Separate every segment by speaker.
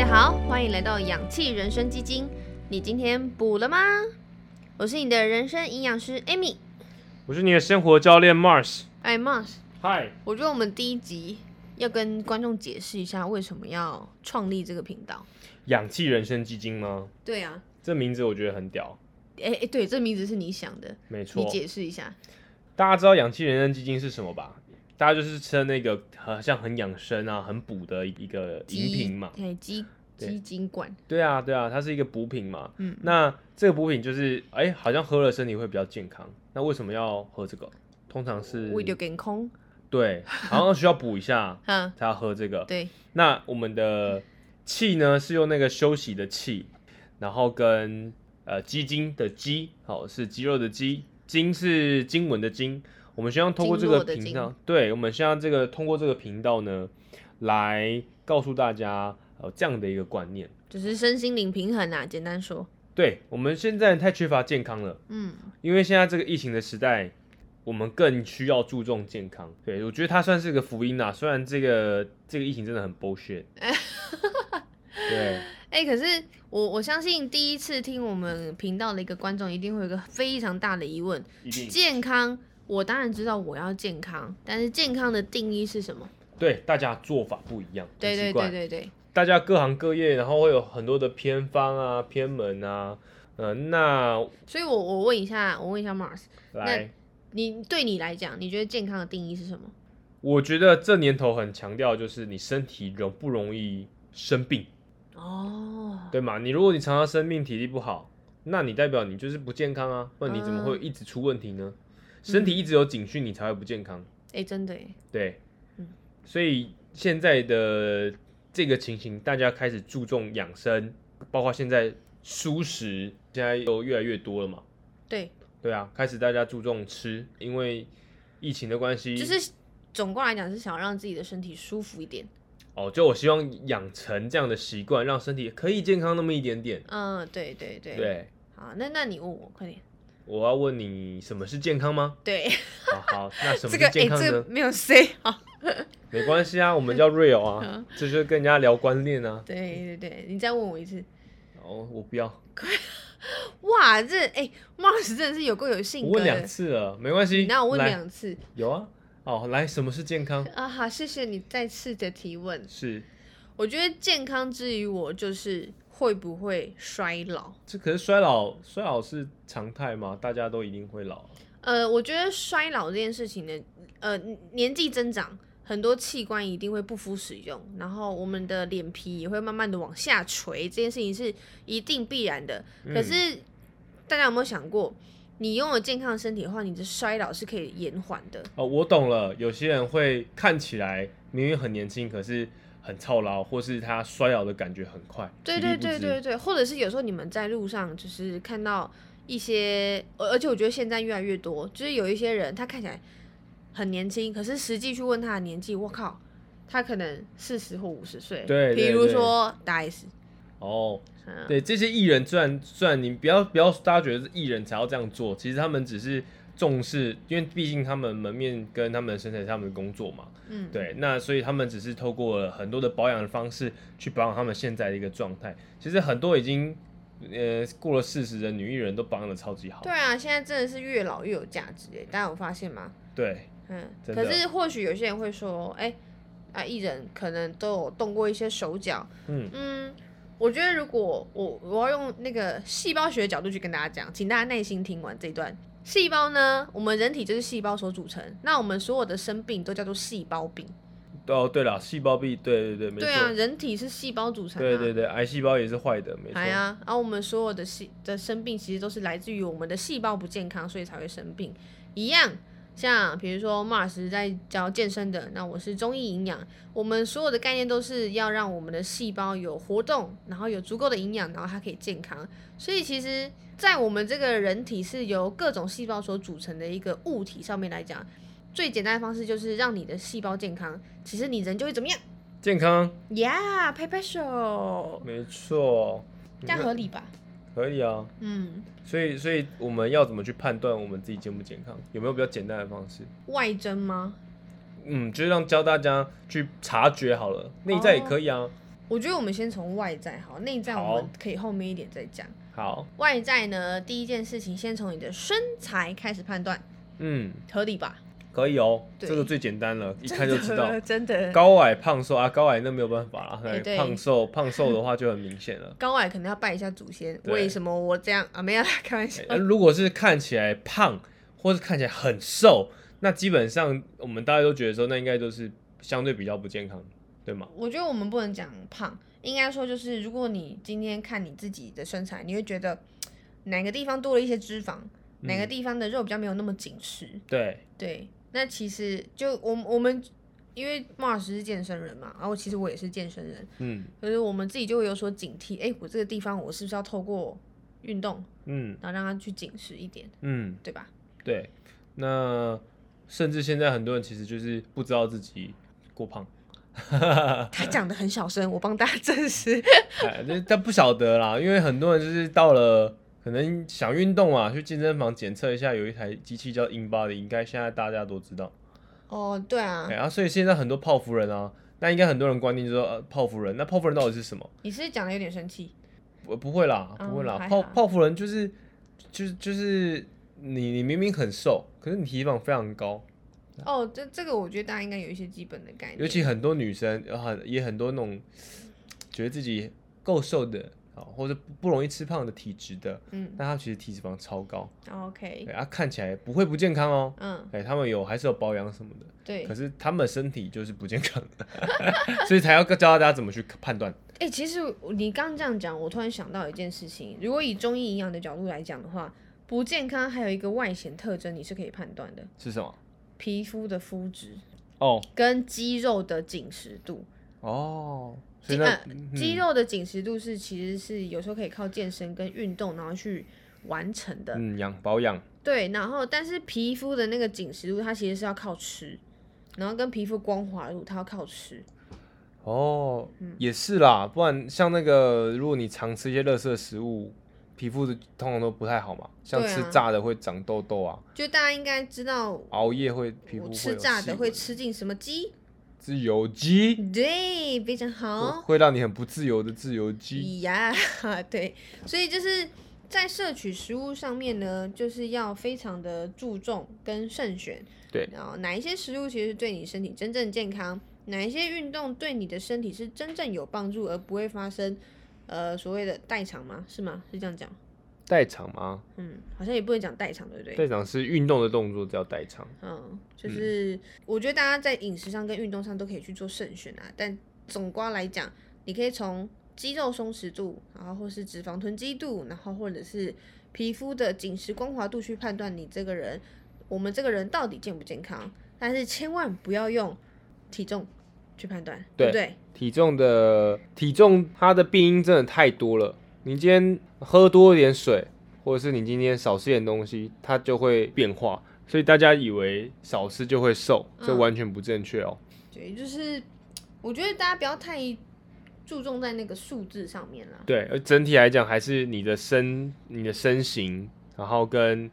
Speaker 1: 迎来到氧气人生基金。你今天补了吗？我是你的人生营养师 Amy。
Speaker 2: 我是你的生活教练 Mars。
Speaker 1: 哎，Mars，
Speaker 2: 嗨，
Speaker 1: 我觉得我们第一集要跟观众解释一下为什么要创立这个频道。
Speaker 2: 氧气人生基金吗？
Speaker 1: 对啊，
Speaker 2: 这名字我觉得很屌，
Speaker 1: 哎哎，对，这名字是你想的，
Speaker 2: 没错
Speaker 1: 你。解释一下。
Speaker 2: 大家知道氧气人生基金是什么吧？大家就是吃那个好像很养生啊、很补的一个饮
Speaker 1: 鸡
Speaker 2: 品嘛。
Speaker 1: 哎，鸡
Speaker 2: 对
Speaker 1: 鸡精罐，
Speaker 2: 对啊，对啊，它是一个补品嘛。
Speaker 1: 嗯，
Speaker 2: 那这个补品就是，哎，好像喝了身体会比较健康。那为什么要喝这个？通常是
Speaker 1: 为了健康，
Speaker 2: 对，好像需要补一下
Speaker 1: 哈，
Speaker 2: 才要喝这个。
Speaker 1: 对，
Speaker 2: 那我们的气呢是用那个休息的气，然后跟呃鸡精的鸡，好、是肌肉的肌，精是经文的经。我们希望通过这
Speaker 1: 经
Speaker 2: 个
Speaker 1: 络的
Speaker 2: 频
Speaker 1: 经
Speaker 2: 道，对，我们希望这个通过这个频道呢，来告诉大家呃这样的一个观念。
Speaker 1: 就是身心灵平衡啊，简单说，
Speaker 2: 对我们现在太缺乏健康了，
Speaker 1: 嗯，
Speaker 2: 因为现在这个疫情的时代，我们更需要注重健康。对我觉得它算是个福音啦，虽然这个这个疫情真的很 bullshit。对，
Speaker 1: 哎、可是我我相信第一次听我们频道的一个观众一定会有一个非常大的疑问：
Speaker 2: 一定
Speaker 1: 健康，我当然知道我要健康，但是健康的定义是什么？
Speaker 2: 对大家做法不一样，
Speaker 1: 对
Speaker 2: 很
Speaker 1: 对
Speaker 2: 奇怪
Speaker 1: 对对对，
Speaker 2: 大家各行各业，然后会有很多的偏方啊、偏门啊，嗯、那
Speaker 1: 所以我我问一下，我问一下 Mars，
Speaker 2: 来，
Speaker 1: 你对你来讲，你觉得健康的定义是什么？
Speaker 2: 我觉得这年头很强调就是你身体容不容易生病，
Speaker 1: 哦，
Speaker 2: 对吗？你如果你常常生病，体力不好，那你代表你就是不健康啊，不然你怎么
Speaker 1: 嗯
Speaker 2: 会一直出问题呢？身体一直有警讯，你才会不健康。
Speaker 1: 哎、真的耶，
Speaker 2: 对
Speaker 1: 嗯，
Speaker 2: 所以现在的这个情形，大家开始注重养生，包括现在蔬食现在又越来越多了嘛。
Speaker 1: 对，
Speaker 2: 对啊，开始大家注重吃，因为疫情的关系，
Speaker 1: 就是总括来讲是想让自己的身体舒服一点。
Speaker 2: 哦，就我希望养成这样的习惯，让身体可以健康那么一点点。
Speaker 1: 嗯，对对对。
Speaker 2: 对，
Speaker 1: 好，那那你问我快点。
Speaker 2: 我要问你，什么是健 康吗？
Speaker 1: 对，
Speaker 2: 好好，那什么
Speaker 1: 这个
Speaker 2: 是
Speaker 1: 哎、
Speaker 2: 健康呢？
Speaker 1: 这个没有 say 好。
Speaker 2: 没关系啊，我们叫 real
Speaker 1: 嗯
Speaker 2: 啊，这就是跟人家聊观念啊。
Speaker 1: 对对对，你再问我一次。
Speaker 2: 哦，我不要，
Speaker 1: 哇，这哎、m a r s 真的是有够有性
Speaker 2: 我
Speaker 1: 格
Speaker 2: 问两
Speaker 1: 的。
Speaker 2: 次了，没关系。
Speaker 1: 那我问
Speaker 2: 来
Speaker 1: 两次
Speaker 2: 有啊，哦，来，什么是健康？
Speaker 1: 啊，好，谢谢你再次的提问。
Speaker 2: 是，
Speaker 1: 我觉得健康之于我就是会不会衰老。
Speaker 2: 这可是衰老，衰老是常态嘛，大家都一定会老啊。
Speaker 1: 呃，我觉得衰老这件事情呢，呃，年纪增长，很多器官一定会不敷使用，然后我们的脸皮也会慢慢的往下垂，这件事情是一定必然的。
Speaker 2: 嗯
Speaker 1: 可是大家有没有想过，你拥有健康的身体的话，你的衰老是可以延缓的。
Speaker 2: 哦，我懂了，有些人会看起来明明很年轻，可是很操劳，或是他衰老的感觉很快，
Speaker 1: 对
Speaker 2: 体力
Speaker 1: 对
Speaker 2: 不
Speaker 1: 对
Speaker 2: 支
Speaker 1: 对，对，或者是有时候你们在路上就是看到一些，而而且我觉得现在越来越多，就是有一些人他看起来很年轻，可是实际去问他的年纪，我靠，他可能四十或五十岁。
Speaker 2: 对对
Speaker 1: 比如
Speaker 2: 对
Speaker 1: 说大 S，
Speaker 2: 哦，
Speaker 1: 嗯，
Speaker 2: 对，这些艺人虽然虽然你不要不要大家觉得是艺人才要这样做，其实他们只是重视，因为毕竟他们门面跟他们的身材是他们的工作嘛，
Speaker 1: 嗯，
Speaker 2: 对，那所以他们只是透过了很多的保养的方式去保养他们现在的一个状态。其实很多已经呃过了四十的女艺人都保养的超级好，
Speaker 1: 对啊，现在真的是越老越有价值诶，大家有发现吗？
Speaker 2: 对
Speaker 1: 嗯，
Speaker 2: 真
Speaker 1: 可
Speaker 2: 的
Speaker 1: 是或许有些人会说，哎、啊，艺人可能都有动过一些手脚，
Speaker 2: 嗯
Speaker 1: 嗯，我觉得如果我我要用那个细胞学的角度去跟大家讲，请大家耐心听完这一段。细胞呢，我们人体就是细胞所组成，那我们所有的生病都叫做细胞病。
Speaker 2: 哦对了，细胞壁，对对对，没错，
Speaker 1: 对啊，人体是细胞组成、啊。
Speaker 2: 对对对，癌细胞也是坏的，没错。
Speaker 1: 哎呀，然后我们所有的细的生病，其实都是来自于我们的细胞不健康，所以才会生病。一样，像比如说 Mars 在教健身的，那我是中医营养，我们所有的概念都是要让我们的细胞有活动，然后有足够的营养，然后它可以健康。所以其实，在我们这个人体是由各种细胞所组成的一个物体上面来讲，最简单的方式就是让你的细胞健康，其实你人就会怎么样？
Speaker 2: 健康，
Speaker 1: 呀、拍拍手，
Speaker 2: 没错，
Speaker 1: 这样合理吧？
Speaker 2: 可以啊。
Speaker 1: 嗯。
Speaker 2: 所以，所以我们要怎么去判断我们自己健不健康？有没有比较简单的方式？
Speaker 1: 外蒸吗？哦
Speaker 2: 嗯，就是让教大家去察觉好了，内在也可以啊。
Speaker 1: 我觉得我们先从外在好，内在我们
Speaker 2: 好
Speaker 1: 可以后面一点再讲。
Speaker 2: 好，
Speaker 1: 外在呢，第一件事情先从你的身材开始判断，
Speaker 2: 嗯，
Speaker 1: 合理吧？
Speaker 2: 可以哦，
Speaker 1: 对
Speaker 2: 这个最 简单了，一看就知道。
Speaker 1: 真的。高
Speaker 2: 高矮胖瘦啊，高矮那没有办法啦，
Speaker 1: 哎对
Speaker 2: 胖瘦胖瘦的话就很明显 了。
Speaker 1: 高矮可能要拜一下祖先，
Speaker 2: 对
Speaker 1: 为什么我这样啊？没有啦， 开玩笑。
Speaker 2: 呃如果是看起来胖，或是看起来很瘦，那基本上我们大家都觉得说，那应该都是相对比较不健康，对吗？
Speaker 1: 我觉得我们不能讲胖，应该说就是，如果你今天看你自己的身材，你会觉得哪个地方多了一些脂肪，哪个
Speaker 2: 嗯
Speaker 1: 地方的肉比较没有那么紧实。
Speaker 2: 对，
Speaker 1: 对，那其实就我们我们因为马老师是健身人嘛，然后其实我也是健身人，
Speaker 2: 嗯
Speaker 1: 可是我们自己就会有所警惕，哎，我这个地方我是不是要透过运动，
Speaker 2: 嗯
Speaker 1: 然后让它去紧实一点，
Speaker 2: 嗯，
Speaker 1: 对吧？
Speaker 2: 对。那甚至现在很多人其实就是不知道自己过胖，啊
Speaker 1: 他讲的很小声，我帮大家证实。
Speaker 2: 哎，这他不晓得啦，因为很多人就是到了可能想运动啊，去健身房检测一下，有一台机器叫 InBody，应该现在大家都知道。
Speaker 1: 哦，对啊
Speaker 2: 哎，，啊，所以现在很多泡芙人啊，那应该很多人观念就说、呃、泡芙人，那泡芙人到底是什么？
Speaker 1: 你是不是讲的有点生气，
Speaker 2: 不不会啦，
Speaker 1: 嗯
Speaker 2: 不会啦，
Speaker 1: 还好
Speaker 2: 泡泡芙人就是就是就是你你明明很瘦，可是你体脂肪非常高，
Speaker 1: 哦，这这个我觉得大家应该有一些基本的概念，
Speaker 2: 尤其很多女生，呃很也很多那种觉得自己够瘦的啊，或者不不容易吃胖的体质的，
Speaker 1: 嗯
Speaker 2: 那她其实体脂肪超高，
Speaker 1: 哦，OK，
Speaker 2: 对，啊，看起来不会不健康哦。
Speaker 1: 嗯，
Speaker 2: 哎、他们有还是有保养什么的，
Speaker 1: 对
Speaker 2: 可，是他们身体就是不健康的， 所以才要教大家怎么去判断。
Speaker 1: 哎、其实我你刚刚这样讲，我突然想到一件事情。如果以中医营养的角度来讲的话，不健康还有一个外显特征，你是可以判断的：
Speaker 2: 是什么？
Speaker 1: 皮肤的肤质
Speaker 2: 哦
Speaker 1: 跟肌肉的紧实度。
Speaker 2: 哦，
Speaker 1: 肌
Speaker 2: 所以那、
Speaker 1: 呃
Speaker 2: 嗯
Speaker 1: 肌肉的紧实度是其实是有时候可以靠健身跟运动然后去完成的。
Speaker 2: 嗯养保养
Speaker 1: 对，然后但是皮肤的那个紧实度，它其实是要靠吃，然后跟皮肤光滑度，它要靠吃。
Speaker 2: 哦、
Speaker 1: 嗯
Speaker 2: 也是啦，不然像那个如果你常吃一些垃圾食物，皮肤的通常都不太好嘛，像
Speaker 1: 对啊
Speaker 2: 吃炸的会长痘痘啊，
Speaker 1: 就大家应该知道，
Speaker 2: 熬夜会皮肤
Speaker 1: 我
Speaker 2: 会
Speaker 1: 吃
Speaker 2: 有
Speaker 1: 炸
Speaker 2: 细
Speaker 1: 的会
Speaker 2: 纹
Speaker 1: 吃进什么肌？
Speaker 2: 自由基。
Speaker 1: 对，非常好。
Speaker 2: 会让你很不自由的自由基，
Speaker 1: 呀， 对，所以就是在摄取食物上面呢，就是要非常的注重跟慎选。
Speaker 2: 对
Speaker 1: 然后哪一些食物其实对你身体真正健康，哪一些运动对你的身体是真正有帮助，而不会发生呃所谓的代偿吗？是吗？是这样讲？
Speaker 2: 代偿吗？
Speaker 1: 嗯，好像也不能讲代偿，对不对？
Speaker 2: 代偿是运动的动作叫代偿。
Speaker 1: 嗯，就是我觉得大家在饮食上跟运动上都可以去做慎选啊，但总瓜来讲，你可以从肌肉松弛度，然后或是脂肪囤积度，然后或者是皮肤的紧实光滑度去判断你这个人，我们这个人到底健不健康。但是千万不要用体重去判断，对不对？
Speaker 2: 体重的体重，它的变因真的太多了。你今天喝多一点水，或者是你今天少吃点东西，它就会变化。所以大家以为少吃就会瘦，这
Speaker 1: 嗯
Speaker 2: 完全不正确哦。
Speaker 1: 对，就是我觉得大家不要太注重在那个数字上面啦。
Speaker 2: 对，而整体来讲还是你的身、你的身形，然后跟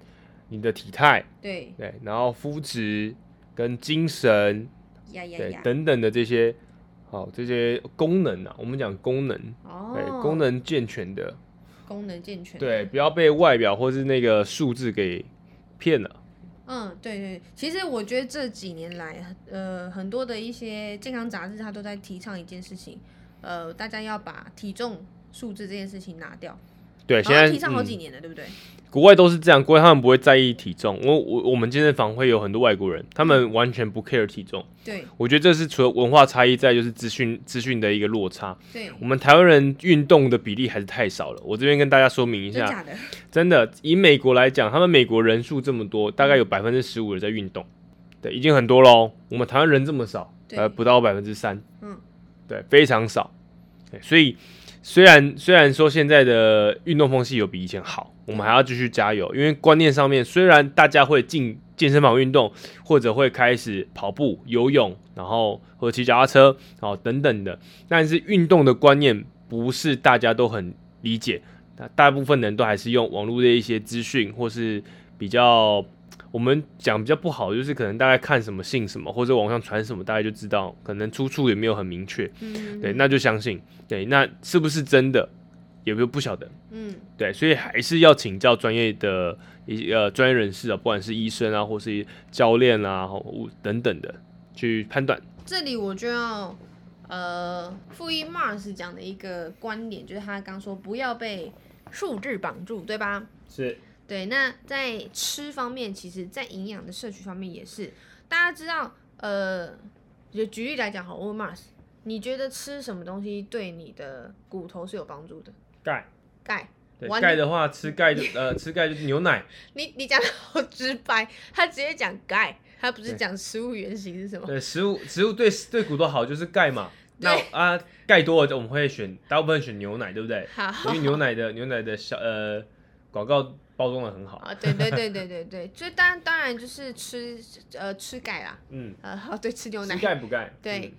Speaker 2: 你的体态，
Speaker 1: 对，
Speaker 2: 对，然后肤质跟精神，
Speaker 1: 呀呀
Speaker 2: 对
Speaker 1: 呀！
Speaker 2: 等等的这些，好、这些功能啊，我们讲功能，
Speaker 1: 哦
Speaker 2: 对，，功能健全的
Speaker 1: 功能健全，
Speaker 2: 对，不要被外表或是那个数字给骗了。
Speaker 1: 嗯，对对，其实我觉得这几年来，呃，很多的一些健康杂志，它都在提倡一件事情，呃，大家要把体重数字这件事情拿掉，
Speaker 2: 对，
Speaker 1: 好
Speaker 2: 现
Speaker 1: 像
Speaker 2: 在
Speaker 1: 提倡好几
Speaker 2: 嗯、
Speaker 1: 年了，对不对？
Speaker 2: 国外都是这样，国外他们不会在意体重。我我我们健身房会有很多外国人，他们
Speaker 1: 嗯
Speaker 2: 完全不 care 体重。
Speaker 1: 对
Speaker 2: 我觉得这是除了文化差异，再就是资讯资讯的一个落差。
Speaker 1: 对，
Speaker 2: 我们台湾人运动的比例还是太少了。我这边跟大家说明一
Speaker 1: 真
Speaker 2: 下，
Speaker 1: 假的？
Speaker 2: 真的以美国来讲，他们美国人数这么多，大概有百分之十五的在运动，对，已经很多喽。我们台湾人这么少，
Speaker 1: 对
Speaker 2: 呃，不到百分之三。
Speaker 1: 嗯，
Speaker 2: 对，非常少。对，所以虽然虽然说现在的运动风气有比以前好，我们还要继续加油，因为观念上面虽然大家会进健身房运动，或者会开始跑步、游泳，然后或者骑脚踏车，然后等等的，但是运动的观念不是大家都很理解，那大部分人都还是用网络的一些资讯或是比较我们讲比较不好，就是可能大概看什么信什么，或者网上传什么，大概就知道，可能出处也没有很明确。
Speaker 1: 嗯，
Speaker 2: 对，那就相信。对，那是不是真的，也不不晓得。
Speaker 1: 嗯
Speaker 2: 对，所以还是要请教专业的一呃专业人士啊，不管是医生啊，或是教练啊或等等的去判断。
Speaker 1: 这里我就要呃复议 Mars 讲的一个观点，就是他刚说不要被数字绑住，对吧？
Speaker 2: 是，
Speaker 1: 对，那在吃方面，其实在营养的摄取方面也是，大家知道，呃，就举例来讲好了，我问 Mars，你觉得吃什么东西对你的骨头是有帮助的？
Speaker 2: 钙。
Speaker 1: 钙。
Speaker 2: 对
Speaker 1: 完
Speaker 2: 钙的话，吃钙就呃吃钙就是牛奶。
Speaker 1: 你你讲的好直白，他直接讲钙，他不是
Speaker 2: 对
Speaker 1: 讲食物原型是什么？
Speaker 2: 对，食物食物对对骨头好就是钙嘛。那
Speaker 1: 对
Speaker 2: 啊，钙多了我们会选，大部分选牛奶，对不对？因
Speaker 1: 好
Speaker 2: 为牛奶的牛奶的小呃广告包装的很好。
Speaker 1: 啊，对对对对对对，所以当然当然就是吃呃吃钙啦，
Speaker 2: 嗯，
Speaker 1: 呃好对吃牛奶
Speaker 2: 吃，钙不钙？
Speaker 1: 对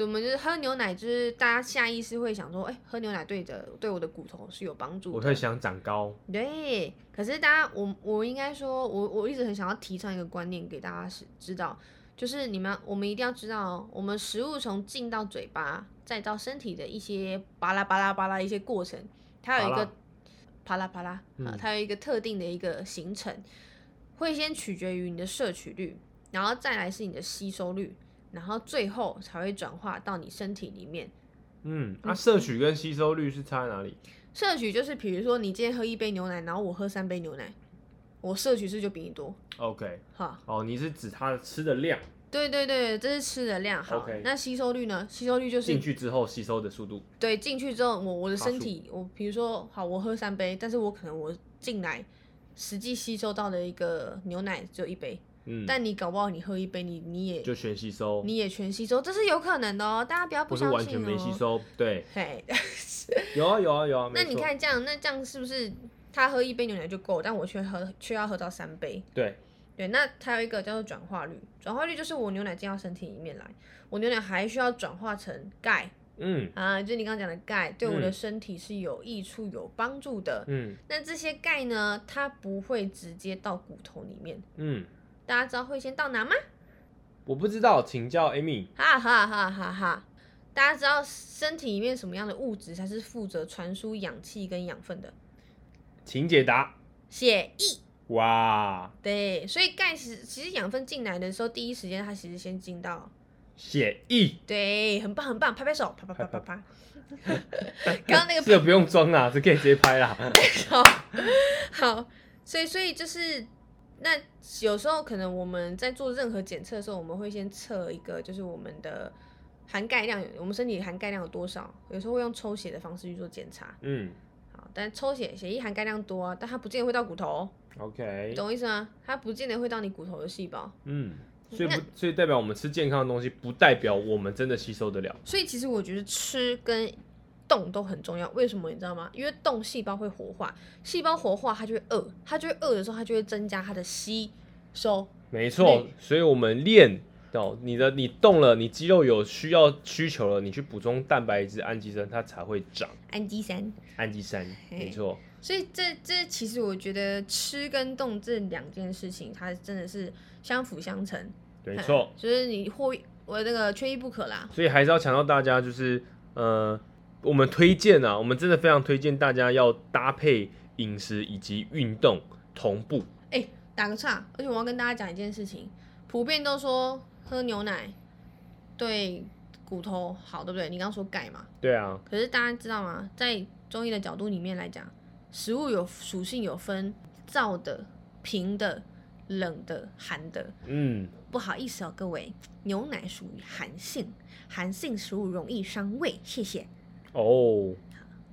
Speaker 1: 我们就是喝牛奶，就是大家下意识会想说，哎、喝牛奶对的对我的骨头是有帮
Speaker 2: 嗯，
Speaker 1: 助
Speaker 2: 我
Speaker 1: 的
Speaker 2: 会。想长高。嗯
Speaker 1: 对，可是大家，我我应该说，我我一直很想要提倡一个观念给大家是知道，就是你们我们一定要知道哦，我们食物从进到嘴巴，再到身体的一些巴拉巴拉巴拉一些过程，它有一
Speaker 2: 巴
Speaker 1: 个
Speaker 2: 拉
Speaker 1: 啪啦啪啦，呃
Speaker 2: 嗯
Speaker 1: 它有一个特定的一个行程，会先取决于你的摄取率，然后再来是你的吸收率，然后最后才会转化到你身体里面。
Speaker 2: 嗯，啊，摄取跟吸收率是差在哪里？
Speaker 1: 摄取就是比如说你今天喝一杯牛奶，然后我喝三杯牛奶，我摄取是就比你多。
Speaker 2: OK，
Speaker 1: 好，
Speaker 2: 哦，你是指它吃的量
Speaker 1: 对对对，这是吃的量。好
Speaker 2: OK
Speaker 1: 那吸收率呢？吸收率就是
Speaker 2: 进去之后吸收的速度。
Speaker 1: 对进去之后，我我的
Speaker 2: 趴
Speaker 1: 身
Speaker 2: 数
Speaker 1: 体，我比如说好，我喝三杯，但是我可能我进来实际吸收到的一个牛奶只有一杯，
Speaker 2: 嗯，
Speaker 1: 但你搞不好你喝一杯，你你也
Speaker 2: 就全吸收，
Speaker 1: 你也全吸收，这是有可能的哦，大家不要
Speaker 2: 不是
Speaker 1: 相
Speaker 2: 完
Speaker 1: 信
Speaker 2: 全
Speaker 1: 哦。
Speaker 2: 没吸。收。对，
Speaker 1: 嘿，
Speaker 2: 有啊有啊有啊。
Speaker 1: 那
Speaker 2: 没
Speaker 1: 你
Speaker 2: 错，
Speaker 1: 看这样，那这样是不是他喝一杯牛奶就够，但我却喝却要喝到三杯？
Speaker 2: 对，
Speaker 1: 对，那它有一个叫做转化率，转化率就是我牛奶进到身体里面来，我牛奶还需要转化成钙
Speaker 2: 嗯
Speaker 1: 啊，就你刚刚讲的钙，对我的
Speaker 2: 嗯
Speaker 1: 身体是有益处、有帮助的。
Speaker 2: 嗯
Speaker 1: 那这些钙呢，它不会直接到骨头里面，
Speaker 2: 嗯，
Speaker 1: 大家知道会先到哪吗？
Speaker 2: 我不知道，请教 Amy。
Speaker 1: 哈哈哈哈哈！大家知道身体里面什么样的物质才是负责传输氧气跟养分的？
Speaker 2: 请解答。
Speaker 1: 血液。
Speaker 2: 哇，
Speaker 1: 对，所以钙其实其实养分进来的时候，第一时间它其实先进到
Speaker 2: 血液
Speaker 1: 对，很棒很棒，拍拍手，啪啪啪啪啪。 刚刚那个
Speaker 2: 这个不用装啦，这可以直接拍啦。
Speaker 1: 手， 好，所以所以就是那有时候可能我们在做任何检测的时候，我们会先测一个就是我们的含钙量，我们身体含钙量有多少，有时候会用抽血的方式去做检查。
Speaker 2: 嗯
Speaker 1: 好，但抽血血液含钙量多啊，但它不见得会到骨头哦，
Speaker 2: ，OK，
Speaker 1: 懂我意思吗？它不见得会到你骨头的细胞。
Speaker 2: 嗯，所以
Speaker 1: 那
Speaker 2: 不，所以代表我们吃健康的东西，不代表我们真的吸收得了。
Speaker 1: 所以其实我觉得吃跟动都很重要，为什么你知道吗？因为动细胞会活化，细胞活化它就会饿，它就会饿的时候，它就会增加它的吸收。
Speaker 2: 没错
Speaker 1: 对，
Speaker 2: 所以我们练哦，你的你动了，你肌肉有需要需求了，你去补充蛋白质、氨基酸，它才会长
Speaker 1: 氨基酸，
Speaker 2: 氨基酸。
Speaker 1: 嘿
Speaker 2: 没 错，
Speaker 1: 所以这这其实我觉得吃跟动这两件事情，它真的是相辅相成。
Speaker 2: 没错
Speaker 1: 嗯，，就是你或我那个缺一不可啦。
Speaker 2: 所以还是要强调大家就是呃，我们推荐啊，我们真的非常推荐大家要搭配饮食以及运动同步。
Speaker 1: 哎、打个岔，而且我要跟大家讲一件事情，普遍都说喝牛奶对骨头好，对不对？你刚刚说钙嘛，
Speaker 2: 对啊，
Speaker 1: 可是大家知道吗？在中医的角度里面来讲，食物有属性有分燥的、平的、冷的、寒的。
Speaker 2: 嗯，
Speaker 1: 不好意思哦，各位，牛奶属于寒性，寒性食物容易伤胃，谢谢。
Speaker 2: 哦，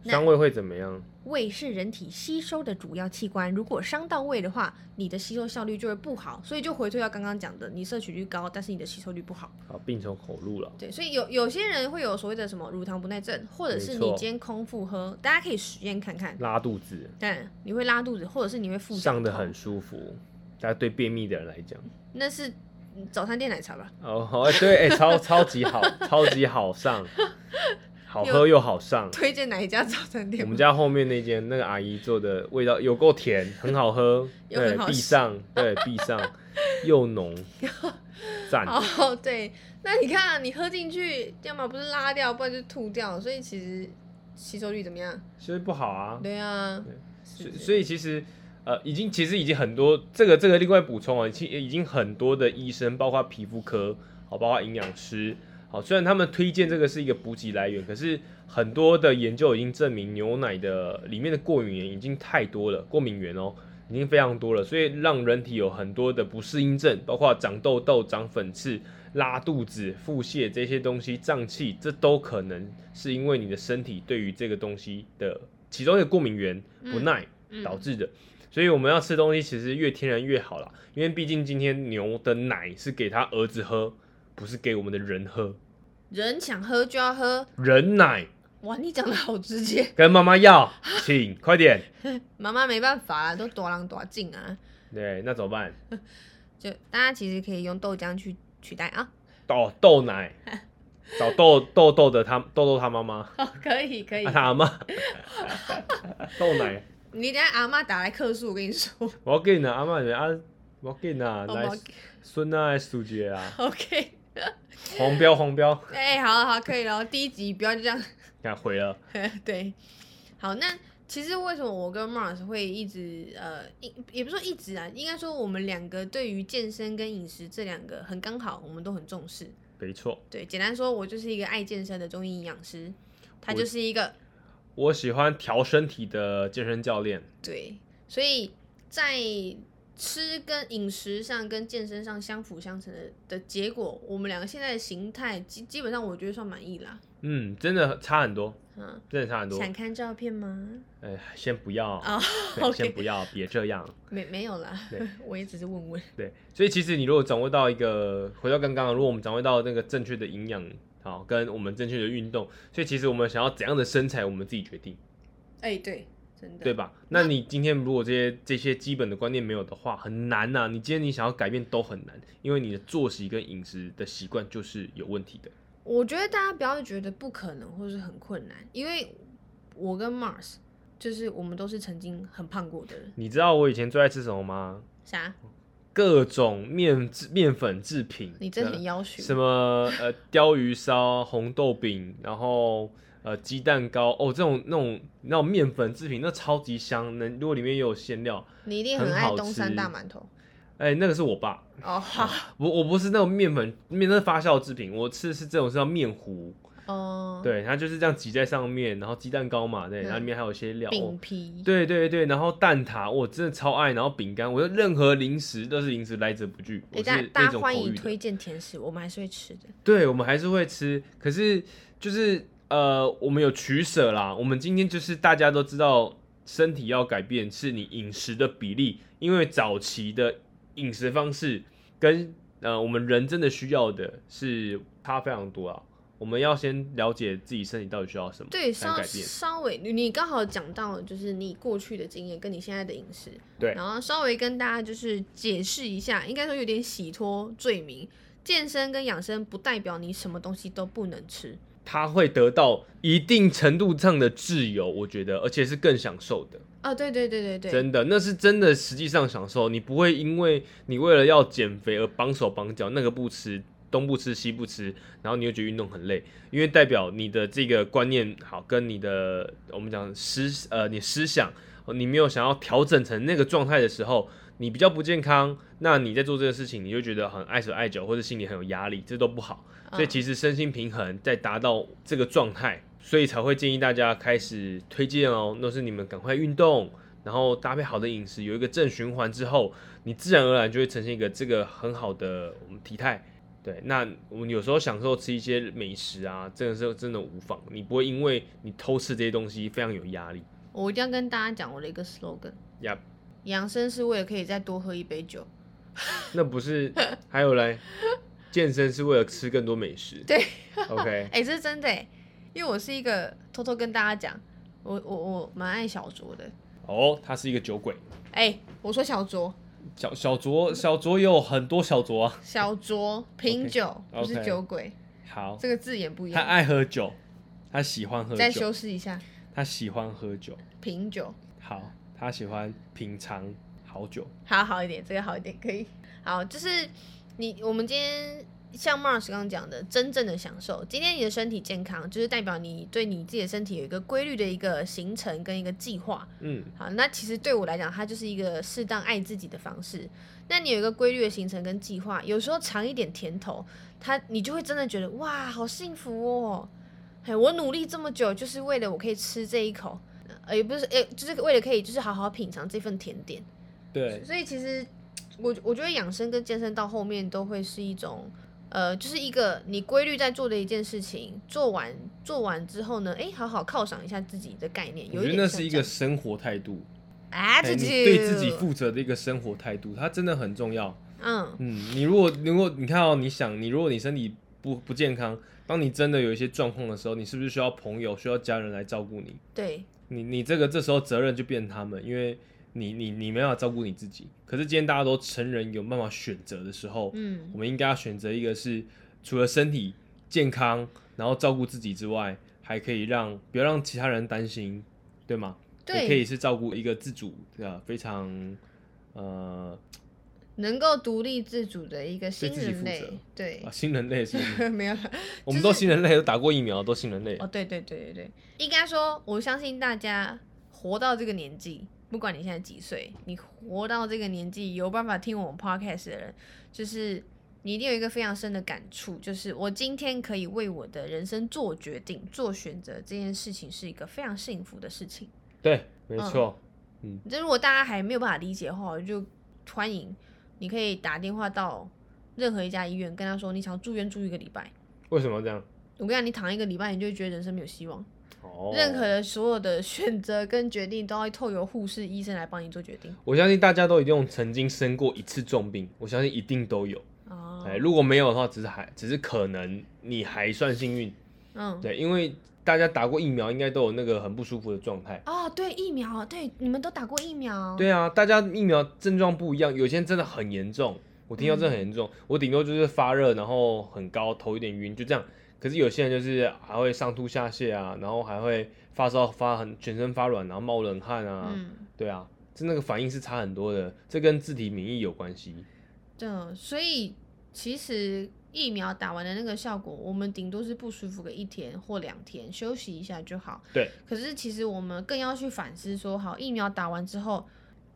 Speaker 1: 那
Speaker 2: 香味会怎么样？
Speaker 1: 胃是人体吸收的主要器官，如果伤到胃的话，你的吸收效率就会不好，所以就回推到刚刚讲的，你摄取率高，但是你的吸收率不好。
Speaker 2: 好，哦病从口入了。
Speaker 1: 对，所以有有些人会有所谓的什么乳糖不耐症，或者是
Speaker 2: 没
Speaker 1: 你
Speaker 2: 错
Speaker 1: 今天空腹喝，大家可以实验看看。
Speaker 2: 拉肚子，
Speaker 1: 但你会拉肚子，或者是你会腹
Speaker 2: 上
Speaker 1: 胀
Speaker 2: 的
Speaker 1: 痛
Speaker 2: 很，舒服。大家对便秘的人来讲，
Speaker 1: 那是嗯早餐店奶茶吧？
Speaker 2: 哦，好，哎对，哎、超超级好，超级好上，好喝又好上。
Speaker 1: 推荐哪一家早餐店
Speaker 2: 我
Speaker 1: 吗？
Speaker 2: 们家后面那间那个阿姨做的味道有 够甜，很好喝，
Speaker 1: 又
Speaker 2: 对
Speaker 1: 很，好
Speaker 2: 必
Speaker 1: 吃
Speaker 2: 上，对，必上，又 浓，赞。
Speaker 1: 哦，对，那你看、你喝进去，要么不是拉掉，不然就吐掉，所以其实吸收率怎么样？
Speaker 2: 其实不好啊，
Speaker 1: 对啊，
Speaker 2: 所
Speaker 1: 是
Speaker 2: 以
Speaker 1: 不是
Speaker 2: 所以其实呃，已经其实已经很多这个这个另外补充啊，其实已经很多的医生，包括皮肤科，好，包括营养师，好，虽然他们推荐这个是一个补给来源，可是很多的研究已经证明牛奶的里面的过敏源已经太多了，过敏源哦。已经非常多了，所以让人体有很多的不适应症，包括长痘痘、长粉刺、拉肚子、腹泻这些东西，胀气，这都可能是因为你的身体对于这个东西的其中一个过敏源不耐
Speaker 1: 嗯
Speaker 2: 导致的。所以我们要吃东西，其实越天然越好啦，因为毕竟今天牛的奶是给他儿子喝，不是给我们的人喝。
Speaker 1: 人想喝就要喝。
Speaker 2: 人奶
Speaker 1: 哇，你讲的好直接，
Speaker 2: 跟妈妈要，请快点。
Speaker 1: 妈妈没办法啊，都多狼多进啊。
Speaker 2: 对，那怎么办？
Speaker 1: 就大家其实可以用豆浆去取代 啊。
Speaker 2: 哦，豆奶，找豆豆豆的他豆豆他妈妈，
Speaker 1: 哦，可以可以
Speaker 2: 啊、他阿 妈，豆奶。
Speaker 1: 你等下阿妈打来客诉，我跟你说。
Speaker 2: 我要给你阿妈啊，我要给你啊，来
Speaker 1: 哦
Speaker 2: 孙啊，来苏姐啊，
Speaker 1: OK，
Speaker 2: 黄标黄标，
Speaker 1: 哎、好好可以了，第一集不要就这样。
Speaker 2: 看毁了。
Speaker 1: 对，好，那其实为什么我跟 Mars 会一直呃，一也不是说一直啊，应该说我们两个对于健身跟饮食这两个很刚好，我们都很重视。
Speaker 2: 没错，
Speaker 1: 对，简单说，我就是一个爱健身的中医营养师，他
Speaker 2: 我
Speaker 1: 就是一个
Speaker 2: 我喜欢调身体的健身教练。
Speaker 1: 对，所以在吃跟饮食上跟健身上相辅相成的的结果，我们两个现在的形态基基本上我觉得算满意啦。
Speaker 2: 嗯，真的差很多，
Speaker 1: 嗯，
Speaker 2: 真的差很多。
Speaker 1: 想看照片吗？
Speaker 2: 哎，先不要，
Speaker 1: 哦
Speaker 2: 对
Speaker 1: OK
Speaker 2: 先不要，别这样。
Speaker 1: 没没有啦
Speaker 2: 对，
Speaker 1: 我也只是问问。
Speaker 2: 对，所以其实你如果掌握到一个，回到刚刚，如果我们掌握到那个正确的营养，好，跟我们正确的运动，所以其实我们想要怎样的身材，我们自己决定，
Speaker 1: 哎、对，真的。
Speaker 2: 对吧？那你今天如果这些这些基本的观念没有的话，很难呐、你今天你想要改变都很难，因为你的作息跟饮食的习惯就是有问题的。
Speaker 1: 我觉得大家不要觉得不可能或是很困难，因为我跟 Mars 就是我们都是曾经很胖过的人。
Speaker 2: 你知道我以前最爱吃什么吗？
Speaker 1: 啥？
Speaker 2: 哦各种面制面粉制品，
Speaker 1: 你真的
Speaker 2: 呃
Speaker 1: 很要求。
Speaker 2: 什么呃鲷鱼烧、红豆饼，然后呃鸡蛋糕哦，这种那种那种面粉制品，那超级香。能如果里面也有馅料，
Speaker 1: 你一定
Speaker 2: 很
Speaker 1: 爱
Speaker 2: 好
Speaker 1: 东山
Speaker 2: 吃
Speaker 1: 大 馒头。
Speaker 2: 哎、那个是我爸，
Speaker 1: 哦，好。
Speaker 2: 我我不是那种面粉面那是发酵制品，我吃的是这种是叫面糊，
Speaker 1: 哦、
Speaker 2: 对，它就是这样挤在上面，然后鸡蛋糕嘛，对，
Speaker 1: 嗯
Speaker 2: 然后里面还有一些料。
Speaker 1: 饼
Speaker 2: 哦
Speaker 1: 皮。
Speaker 2: 对对对，然后蛋挞我真的超爱，然后饼干，我的任何零食都是零食来者不拒，
Speaker 1: 哎、
Speaker 2: 我是
Speaker 1: 大
Speaker 2: 那
Speaker 1: 大家
Speaker 2: 种
Speaker 1: 欢
Speaker 2: 口
Speaker 1: 迎
Speaker 2: 欲的
Speaker 1: 推荐甜食，我们还是会吃的。
Speaker 2: 对，我们还是会吃，可是就是呃，我们有取舍啦。我们今天就是大家都知道，身体要改变是你饮食的比例，因为早期的饮食方式跟呃我们人真的需要的是差非常多啊。我们要先了解自己身体到底需要什么，
Speaker 1: 对，
Speaker 2: 才能
Speaker 1: 稍
Speaker 2: 改变。
Speaker 1: 稍微你你刚好讲到，就是你过去的经验跟你现在的饮食，
Speaker 2: 对
Speaker 1: 然后稍微跟大家就是解释一下，应该说有点洗脱罪名。健身跟养生不代表你什么东西都不能吃，
Speaker 2: 他会得到一定程度上的自由，我觉得，而且是更享受的。
Speaker 1: 哦，对对对对对，
Speaker 2: 真的，那是真的，实际上享受，你不会因为你为了要减肥而绑手绑脚，那个不吃，东不吃西不吃，然后你又觉得运动很累，因为代表你的这个观念好，跟你的我们讲思呃你思想，你没有想要调整成那个状态的时候，你比较不健康，那你在做这个事情，你就觉得很碍手碍脚，或者心里很有压力，这都不好。所以
Speaker 1: 嗯
Speaker 2: 其实身心平衡在达到这个状态，所以才会建议大家开始推荐哦。那是你们赶快运动，然后搭配好的饮食，有一个正循环之后，你自然而然就会呈现一个这个很好的我们体态。对，那我们有时候享受吃一些美食啊，真的是真的无妨，你不会因为你偷吃这些东西非常有压力。
Speaker 1: 我一定要跟大家讲我的一个 slogan：
Speaker 2: 呀、
Speaker 1: 养生是为了可以再多喝一杯酒。
Speaker 2: 那不是还有 嘞？健身是为了吃更多美食。
Speaker 1: 对
Speaker 2: ，OK，
Speaker 1: 哎、这是真的、欸，因为我是一个偷偷跟大家讲，我我我蛮爱小酌的。
Speaker 2: 哦，他是一个酒鬼。
Speaker 1: 哎、我说小酌，
Speaker 2: 小小酌，小酌也有很多小酌啊。
Speaker 1: 小酌品酒
Speaker 2: OK，
Speaker 1: 不是酒鬼
Speaker 2: 好，
Speaker 1: 这个字眼不一
Speaker 2: 他
Speaker 1: 样。
Speaker 2: 爱喝酒，他喜欢喝
Speaker 1: 再
Speaker 2: 酒，
Speaker 1: 修饰一下
Speaker 2: 他喜欢喝酒，
Speaker 1: 品酒，
Speaker 2: 好，他喜欢品尝好酒，
Speaker 1: 好好一点，这个好一点可以。好，就是你我们今天像 Mars 刚刚讲的，真正的享受。今天你的身体健康，就是代表你对你自己的身体有一个规律的一个行程跟一个计划。
Speaker 2: 嗯，
Speaker 1: 好，那其实对我来讲，它就是一个适当爱自己的方式。那你有一个规律的行程跟计划，有时候尝一点甜头，它你就会真的觉得哇，好幸福哦！嘿，我努力这么久，就是为了我可以吃这一口，呃，也不是，呃，就是为了可以就是好好品尝这份甜点。
Speaker 2: 对，
Speaker 1: 所以其实我我觉得养生跟健身到后面都会是一种，呃，就是一个你规律在做的一件事情，做完做完之后呢，哎，好好犒赏一下自己的概念，
Speaker 2: 我
Speaker 1: 有
Speaker 2: 觉
Speaker 1: 一
Speaker 2: 得
Speaker 1: 点
Speaker 2: 那
Speaker 1: 像
Speaker 2: 是一
Speaker 1: 这
Speaker 2: 个
Speaker 1: 样
Speaker 2: 生活态度，哎你
Speaker 1: attitude，
Speaker 2: 对自己负责的一个生活态度，它真的很重要。
Speaker 1: 嗯，
Speaker 2: 嗯，你如果如果你看到、你想你如果你身体不不健康，当你真的有一些状况的时候，你是不是需要朋友、需要家人来照顾你？
Speaker 1: 对，
Speaker 2: 你你这个这时候责任就变他们，因为你你你没办法照顾你自己。可是今天大家都成人有办法选择的时候，
Speaker 1: 嗯，
Speaker 2: 我们应该要选择一个是除了身体健康，然后照顾自己之外，还可以让不要让其他人担心，对吗？也可以
Speaker 1: 对，
Speaker 2: 是照顾一个自主呃非常呃
Speaker 1: 能够独立自主的一个新
Speaker 2: 自己
Speaker 1: 人
Speaker 2: 负责
Speaker 1: 类，对
Speaker 2: 啊，新人 类是不是
Speaker 1: 没有 啦。
Speaker 2: 我们都新人类，都打过疫苗，都新人类
Speaker 1: 哦，。对对对对对，应该说，我相信大家活到这个年纪，不管你现在几岁，你活到这个年纪，有办法听我们 podcast 的人，就是你一定有一个非常深的感触，就是我今天可以为我的人生做决定、做选择，这件事情是一个非常幸福的事情。
Speaker 2: 对，没
Speaker 1: 嗯
Speaker 2: 错，
Speaker 1: 这如果大家还没有办法理解的话，我就欢迎你可以打电话到任何一家医院，跟他说你想住院住一个礼拜。
Speaker 2: 为什么这样？
Speaker 1: 我跟你讲，你躺一个礼拜，你就会觉得人生没有希望。
Speaker 2: 哦，
Speaker 1: 任何的所有的选择跟决定都要透由护士、医生来帮你做决定。
Speaker 2: 我相信大家都一定曾经生过一次重病，我相信一定都有。
Speaker 1: 哦
Speaker 2: 哎、如果没有的话，只是还只是可能你还算幸运。
Speaker 1: 嗯，
Speaker 2: 对，因为大家打过疫苗，应该都有那个很不舒服的状态。
Speaker 1: 哦，对，疫苗，对，你们都打过疫苗，，
Speaker 2: 对啊，大家疫苗症状不一样，有些人真的很严重，我听到真的很严重，
Speaker 1: 嗯
Speaker 2: 我顶多就是发热，然后很高，头有点晕，就这样。可是有些人就是还会上吐下泻啊，然后还会发烧发很全身发软，然后冒冷汗啊，
Speaker 1: 嗯，
Speaker 2: 对啊，这那个反应是差很多的，这跟自体免疫有关系。
Speaker 1: 对，嗯所以其实疫苗打完的那个效果，我们顶多是不舒服个一天或两天，休息一下就好。
Speaker 2: 对，
Speaker 1: 可是其实我们更要去反思说，好，疫苗打完之后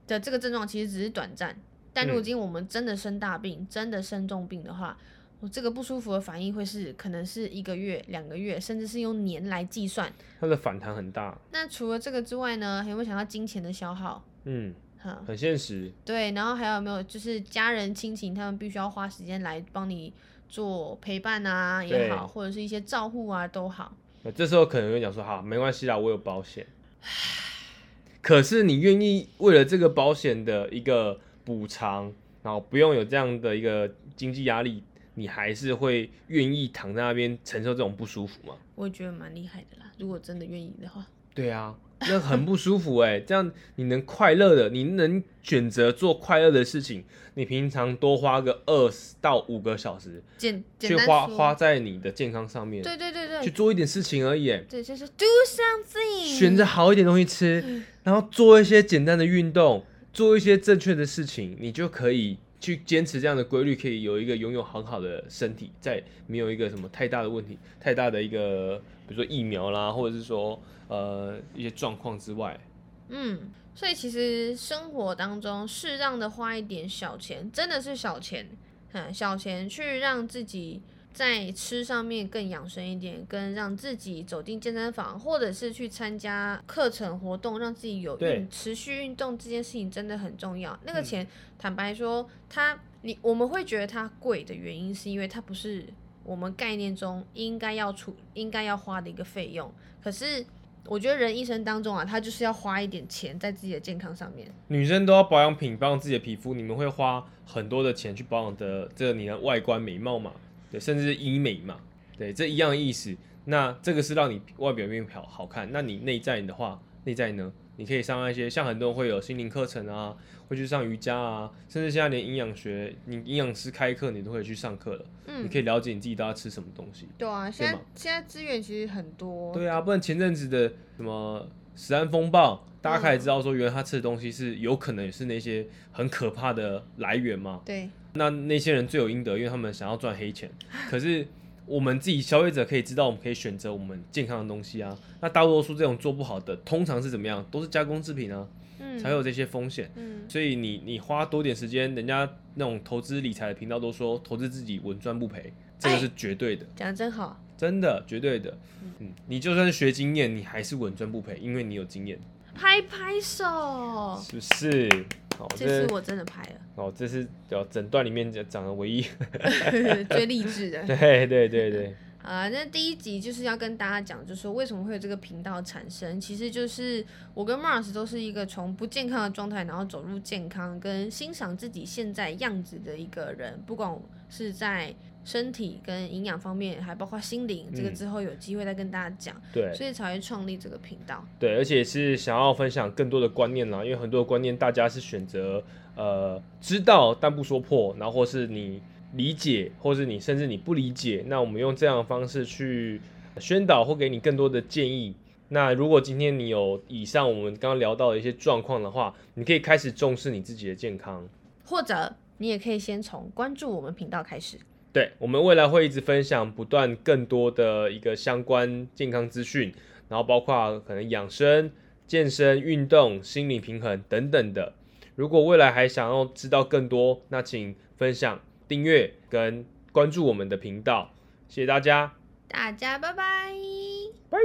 Speaker 1: 的这个症状其实只是短暂，但如果
Speaker 2: 嗯
Speaker 1: 今天我们真的生大病、真的生重病的话，我这个不舒服的反应会是可能是一个月、两个月，甚至是用年来计算。
Speaker 2: 它的反弹很大，
Speaker 1: 那除了这个之外呢，还有没有想到金钱的消耗？
Speaker 2: 嗯，
Speaker 1: 哈，
Speaker 2: 很现实。
Speaker 1: 对，然后还有没有就是家人亲情，他们必须要花时间来帮你做陪伴啊也
Speaker 2: 对
Speaker 1: 好，或者是一些照护啊都好。
Speaker 2: 呃这时候可能会讲说，好，没关系啦，我有保险。可是你愿意为了这个保险的一个补偿，然后不用有这样的一个经济压力，你还是会愿意躺在那边承受这种不舒服吗？
Speaker 1: 我也觉得蛮厉害的啦，如果真的愿意的话。
Speaker 2: 对啊，那很不舒服哎、这样你能快乐的，你能选择做快乐的事情，你平常多花个二到五个小时，
Speaker 1: 简简
Speaker 2: 去
Speaker 1: 单
Speaker 2: 花
Speaker 1: 说
Speaker 2: 花在你的健康上面，
Speaker 1: 对对对
Speaker 2: 去
Speaker 1: 对，嗯
Speaker 2: 做一点事情而已、欸。
Speaker 1: 对，就是 do something，
Speaker 2: 选择好一点东西吃，然后做一些简单的运动，做一些正确的事情，你就可以去坚持这样的规律，可以有一个拥有很好的身体，在没有一个什么太大的问题、太大的一个，比如说疫苗啦，或者是说呃一些状况之外，
Speaker 1: 嗯，所以其实生活当中适当的花一点小钱，真的是小钱，嗯，小钱去让自己在吃上面更养生一点，跟让自己走进健身房，或者是去参加课程活动，让自己有
Speaker 2: 对
Speaker 1: 运持续运动这件事情真的很重要。那个
Speaker 2: 嗯
Speaker 1: 钱，坦白说，它你我们会觉得它贵的原因，是因为它不是我们概念中应该要出、应该要花的一个费用。可是我觉得人一生当中啊，他就是要花一点钱在自己的健康上面。
Speaker 2: 女生都要保养品，保养自己的皮肤，你们会花很多的钱去保养的这个你的外观美貌嘛，对，甚至是医美嘛，对，这一样的意思。那这个是让你外表变好好看，那你内在的话，内在呢，你可以上那些像很多人会有心灵课程啊，会去上瑜伽啊，甚至现在连营养学，你营养师开课你都可以去上课了，你
Speaker 1: 嗯，
Speaker 2: 可以了解你自己都要吃什么东西。
Speaker 1: 对啊，现在
Speaker 2: 嘛
Speaker 1: 现在资源其实很多，
Speaker 2: 对啊，不然前阵子的什么食安风暴，大家开始知道说，原来他吃的东西是有可能也是那些很可怕的来源嘛。
Speaker 1: 对
Speaker 2: 那那些人罪有应得，因为他们想要赚黑钱。可是我们自己消费者可以知道，我们可以选择我们健康的东西啊。那大多数这种做不好的，通常是怎么样？都是加工制品啊，
Speaker 1: 嗯，
Speaker 2: 才会有这些风险。
Speaker 1: 嗯，
Speaker 2: 所以你你花多点时间，人家那种投资理财的频道都说，投资自己稳赚不赔，这个是绝对的。
Speaker 1: 讲的真好，
Speaker 2: 真的，绝对的。嗯，你就算是学经验，你还是稳赚不赔，因为你有经验，
Speaker 1: 拍拍手，
Speaker 2: 是不是？好，
Speaker 1: 这
Speaker 2: 这
Speaker 1: 次我真的拍了，
Speaker 2: 哦，这是哦，整段里面讲讲的唯一。
Speaker 1: 最励志的。
Speaker 2: 对对对对，
Speaker 1: 啊、那第一集就是要跟大家讲，就是说为什么会有这个频道产生，其实就是我跟 Mars 都是一个从不健康的状态，然后走入健康，跟欣赏自己现在样子的一个人，不管是在身体跟营养方面，还包括心灵，这个
Speaker 2: 嗯
Speaker 1: 之后有机会再跟大家讲，
Speaker 2: 对
Speaker 1: 所以才会创立这个频道。
Speaker 2: 对，而且是想要分享更多的观念啦，因为很多的观念大家是选择呃知道但不说破，然后或是你理解，或是你甚至你不理解，那我们用这样的方式去宣导或给你更多的建议。那如果今天你有以上我们刚刚聊到的一些状况的话，你可以开始重视你自己的健康。
Speaker 1: 或者你也可以先从关注我们频道开始。
Speaker 2: 对，我们未来会一直分享不断更多的一个相关健康资讯，然后包括可能养生、健身、运动、心理平衡等等的。如果未来还想要知道更多，那请分享、订阅跟关注我们的频道。谢谢大家，
Speaker 1: 大家拜拜。
Speaker 2: 拜。